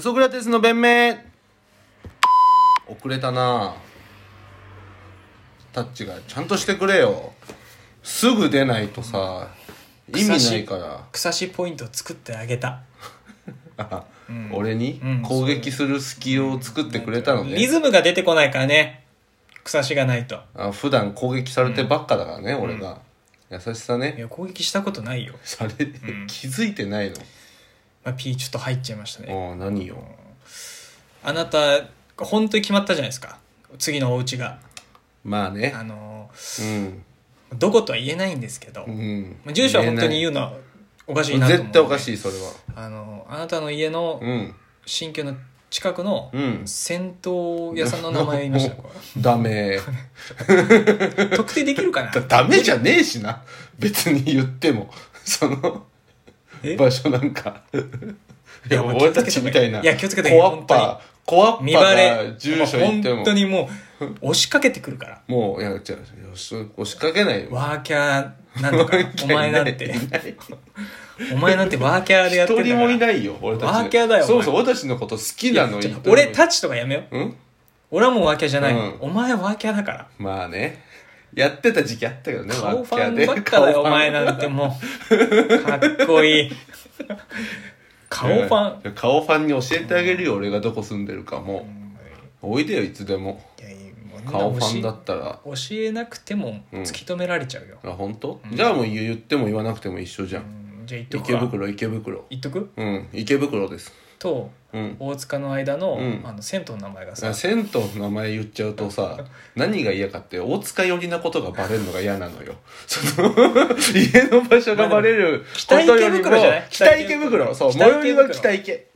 ソクラテスの弁明遅れたなタッチがちゃんとしてくれよすぐ出ないとさ意味ないから草しポイントを作ってあげた うん俺にうん攻撃する隙を作ってくれたのリねズムが出てこないからね草しがないとあ普段攻撃されてばっかだからね俺が優しさいねや攻撃したことないよ、され気づいてないのまあ、P ちょっと入っちゃいましたねああ何よあなた本当に決まったじゃないですか次のお家がまあねあのーうんどことは言えないんですけど、うんまあ住所は本当に言うのはおかしいなと思う絶対おかしいいそれはあのあなたの家のうん新居の近くのうん銭 湯屋さんの名前言いましたこダメ れ特定できるかなだダメじゃねえしな別に言ってもそのえ場所なんかいやいや俺たちみたいないや気をつけてコアッパコアッ見パバレが住所言っても本当にもう押しかけてくるからもういや違うよし押しかけないよワーキャーなんとかお前なんていないお前なんてワーキャーでやって一んだか人らもいないよ俺たちワーキャーだよお前そうそう俺たちのこと好きなのいやにちょ俺たちとかやめよううん俺はもうワーキャーじゃない、うんお前ワーキャーだからまあねやってた時期あったけどね顔フワァーンキャーでばっかだよ顔おファン前なんてもうかっこいい顔ファいンや顔ファンに教えてあげるよ、俺がどこ住んでるかもおいでよいつでもいやいやもう顔ファンだ教ったらえ教えなくても突き止められちゃうよ、あ本当、じゃあもう言言っても言わなくても一緒じゃん、じゃあ言っとく池か袋池袋言っとくうん池袋ですとうん大塚の間の,、うんあの銭湯の名前がさあ銭湯の名前言っちゃうとさ 何が嫌かって大塚寄りなことがバレるのが嫌なのよその 家の場所がバレること北池よりも袋じゃない北池袋そう北池最袋寄りは北池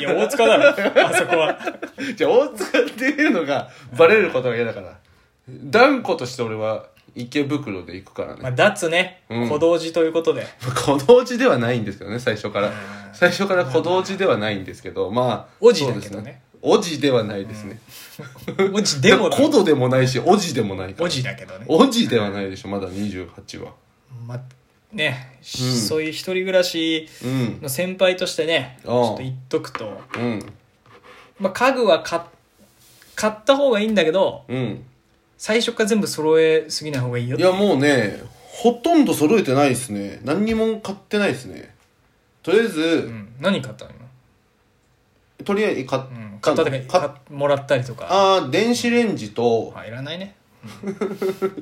いや大塚だろあそこは じゃあ大塚っていうのがバレることが嫌だから断固として俺は池袋で行くからね、まあ、脱ね、うん小道寺というこ とで。小道寺ではないんですけどね最初から最初から小道寺ではないんですけどまあおじそだうでけすどねおじではないですね、おじでもだ、小道でもないしおじでもないからおじだけどね。おじではないでしょまだ28はま、ね、そういう一人暮らしうんの先輩としてね、ああちょっと言っとくと、うんまあ、家具は買っ買った方がいいんだけど、うん最初から全部揃えすぎない方がいいよいやもうねほとんど揃えてないですね何にも買ってないですねとりあえず、うん、何買ったの今、とりあえず買っうん、た買のったとか買っもらったりとかああ電子レンジと、 あいらないね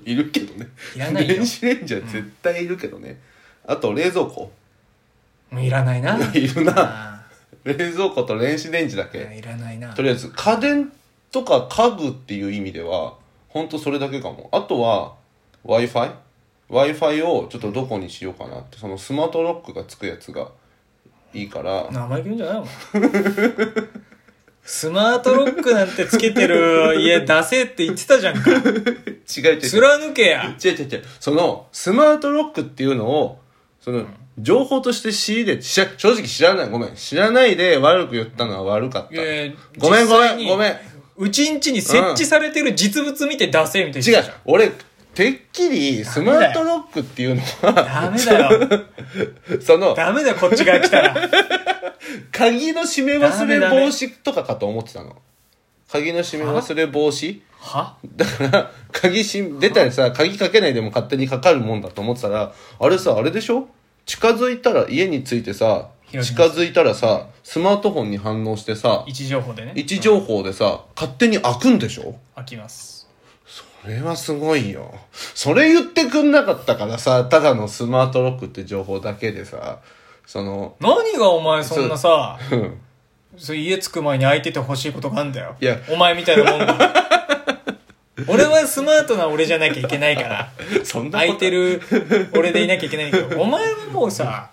いるけどねいらないよ電子レンジは絶対いるけどね、あと冷蔵庫 もういらないないるなあ冷蔵庫と電子レンジだあけ、いらないなとりあえず家電とか家具っていう意味ではほんとそれだけかもあとは w i f i w i f i をちょっとどこにしようかなってそのスマートロックがつくやつがいいから生意気言うんじゃないもんスマートロックなんてつけてる家出せって言ってたじゃんか 違う違う違う貫けや違う違う違うそのスマートロックっていうのをその情報として仕入れしら正直知らないごめん知らないで悪く言ったのは悪かった、いやいやごめん実ご際めんにごめんうちんちに設置されてる実物見て出せみたいな違言うってたじゃん俺てっきりスマートロックっていうのはダメだよそのダメだよこっち側来たら鍵の閉め忘れダメダメ防止とかかと思ってたの鍵の閉め忘れ防止はだから鍵し出たりさ鍵かけないでも勝手にかかるもんだと思ってたらあれさあれでしょ近づいたら家に着いてさ開き近ますづいたらさスマートフォンに反応してさ位置情報でね位置情報でさ勝手に開くんでしょ開きますそれはすごいよそれ言ってくんなかったからさただのスマートロックって情報だけでさその何がお前そんなさうんそう家着く前に開いててほしいことがあんだよいやお前みたいなもんが 俺はスマートな俺じゃなきゃいけないからそんなこと空いてる俺でいなきゃいけないんだけどお前はもうさ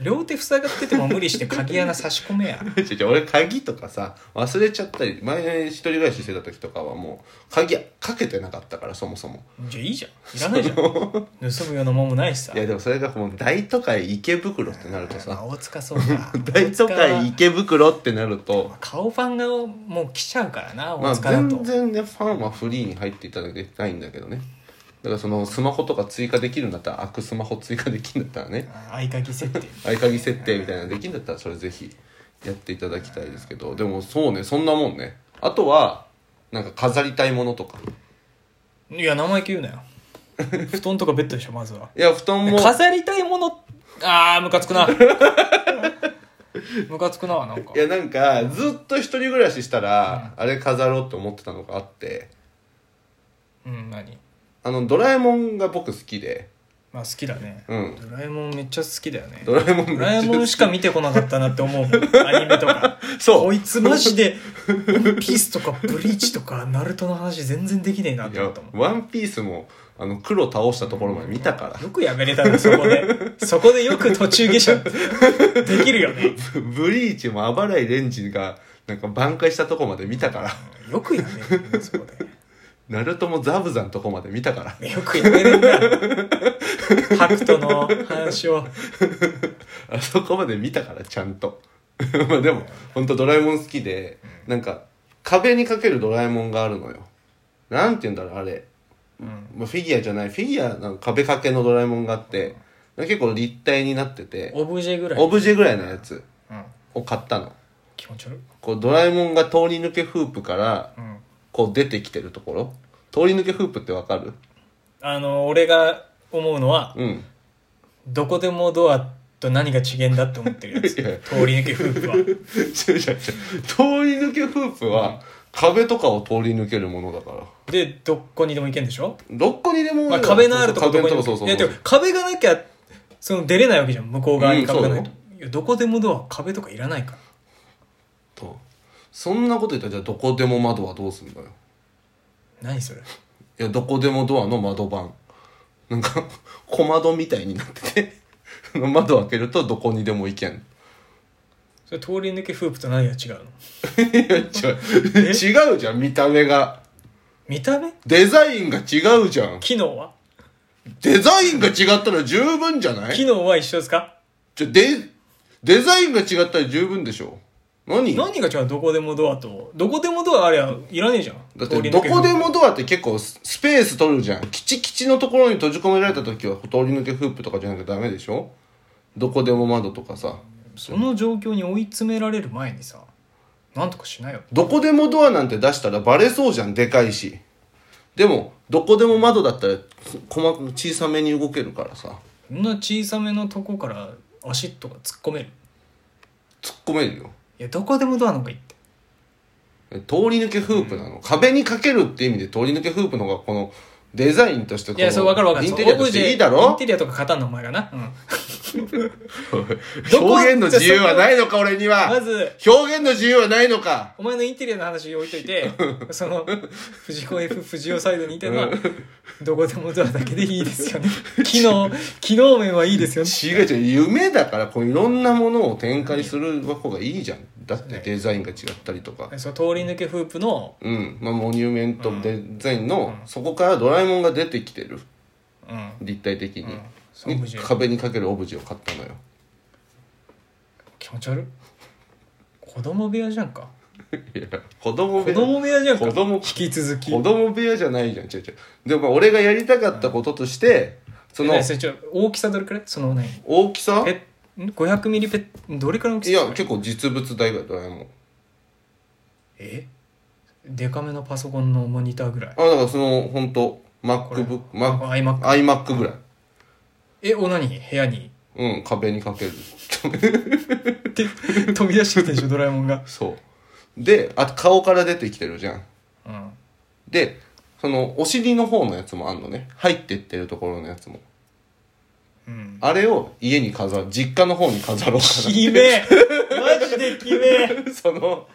両手塞がってても無理して鍵穴差し込めや 違う違う俺鍵とかさ忘れちゃったり前一人暮らししてた時とかはもう鍵かけてなかったからそもそもじゃあいいじゃんいらないじゃん盗むようなもんもないしさいやでもそれがもう大都会池袋ってなるとまあさ大塚そうか大都会池袋ってなると顔ファンがもう来ちゃうからなまあ大塚だと、全然ねファンはフリーに入っていただきたいんだけどねだからそのスマホとか追加できるんだったら開くスマホ追加できるんだったらね合鍵設定合鍵設定みたいなのできるんだったらそれぜひやっていただきたいですけどでもそうねそんなもんねあとはなんか飾りたいものとかいや生意気言うな よ布団とかベッドでしょまずはいや布団も飾りたいものあームカつくな ムカつくななんかいやなんかずっと一人暮らししたら、あれ飾ろうって思ってたのがあってうん何あのドラえもんが僕好きでまあ好きだね、うんドラえもんめっちゃ好きだよねドラえもんめっちゃ好きドラえもんしか見てこなかったなって思うアニメとか そうこいつマジで「ワンピースとか「ブリーチ」とか「ナルトの話全然できねえなっいて思やったもんワンピースもあの黒倒したところまで見たからよくやめれたねそこでそこでよく途中下車できるよね ブリーチもあばらいレンジがなんか挽回したとこまで見たからよくやめれるねそこナルトもザブザのとこまで見たからでよくやめれるなハクトの話をあそこまで見たからちゃんと まあでも本当ドラえもん好きでなんか壁にかけるドラえもんがあるのよなんて言うんだろうあれ、うんまあ、フィギュアじゃないフィギュアの壁掛けのドラえもんがあって結構立体になっててオブジェぐらい、オブジェぐらいのやつうん、を買ったの気持ち悪い、こうドラえもんが通り抜けフープからうん、こう出てきてるところ通り抜けフープってわかるあの俺が思うのはうんどこでもドアと何が違えんだって思ってるやついや通り抜け夫婦は違う違う違う通り抜けフープは壁とかを通り抜けるものだからでどこにでも行けんでしょ、どこにでも、まあ、壁のあるとこ壁どのことにこもそうそういそやうでも壁がなきゃその出れないわけじゃん向こう側うにん壁がないそと、いやどこでもドア壁とかいらないからとそんなこと言ったらじゃあどこでも窓はどうすんだよ何それいやどこでもドアの窓版なんか 小窓みたいになっててその窓開けるとどこにでも行けんそれ通り抜け夫婦と何が違うのいや違う違うじゃん見た目が見た目デザインが違うじゃん機能はデザインが違ったら十分じゃない機能は一緒ですかじゃデデザインが違ったら十分でしょ何何が違うのどこでもドアとどこでもドアありゃいらねえじゃんだっ通てりど抜け夫こ婦でもドアって結構ススペース取るじゃんきちきちのところに閉じ込められた時は通り抜けフープとかじゃなきゃダメでしょどこでも窓とかさその状況に追い詰められる前にさなんとかしないよどこでもドアなんて出したらバレそうじゃんでかいしでもどこでも窓だったら細かく小さめに動けるからさそんな小さめのとこから足とか突っ込める突っ込めるよいやどこでもドアの方がいいってえ通り抜けフープなの、壁にかけるって意味で通り抜けフープの方がこのデザインとしてこいやそう分かる分かるインテリアとしていいだそうオブジェイろンテリアとか語んのお前がな、うん、どこ表現の自由はないのか俺にはまず表現の自由はないのかお前のインテリアの話置いと いてその藤子 F 不二雄サイドにいたのはどこでもドアだけでいいですよね機能機能面はいいですよね違う違う夢だからこういろんなものを展開する方がいいじゃんだってデザインが違ったりとかその通り抜けフープのうんまあモニュメントデザインのうんそこからドラえもんが出てきてるうん立体的に、そうオブにジェ壁にかけるオブジェを買ったのよ気持ち悪い子供部屋じゃんかいや子供部子屋供部屋じゃんか子供引き続き子供部屋じゃないじゃん違う違うでもまあ俺がやりたかったこととしてそのえそれちょ大きさどれくらいその何大きさペッん500ミリペッどれくらいの大きいさや結構実物大がドラえもんえデカめのパソコンのモニターぐらいあだからその本当これ MacBook あ Mac iMac iMac ぐらいえお何部屋 にうん壁にかけるって飛び出してきたでしょドラえもんがそうであと顔から出てきてるじゃんうんでそのお尻の方のやつもあんのね入ってってるところのやつも うんあれを家に飾る実家の方に飾ろうかキメマジでキメな その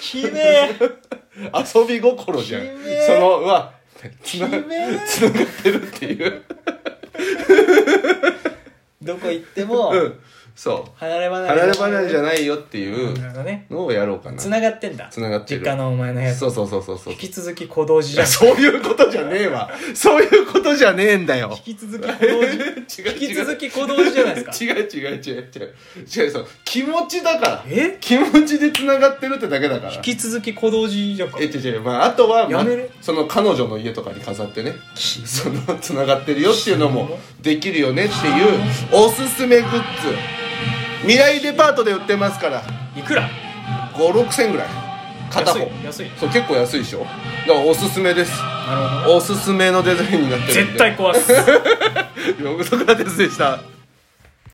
キ メ遊び心じゃんきれいそのうわつキながメってるっていうどこ行ってもうんそう離れ離れ離れ離れじゃなないよっていうなるほどねのをやろうかな繋がってんだ繋がってる実家のお前の部屋そうそうそうそうそう引き続き小同時いじゃやんそういうことじゃねえわそういうことじゃねえんだよ引き続き小同違う違時う引き続き小同時じゃないですか違う違う違う違う違うそう気持ちだからえ気持ちでつながってるってだけだから引き続き小同時じゃんかえ違う違うまああとは、まやあめる、その彼女の家とかに飾ってねそのつながってるよっていうのもできるよねっていうおすすめグッズ未来デパートで売ってますからいくら56000ぐらい片方安い安いそう結構安いでしょだからおすすめですなるほどおすすめのデザインになってるんで絶対壊す横倉哲でした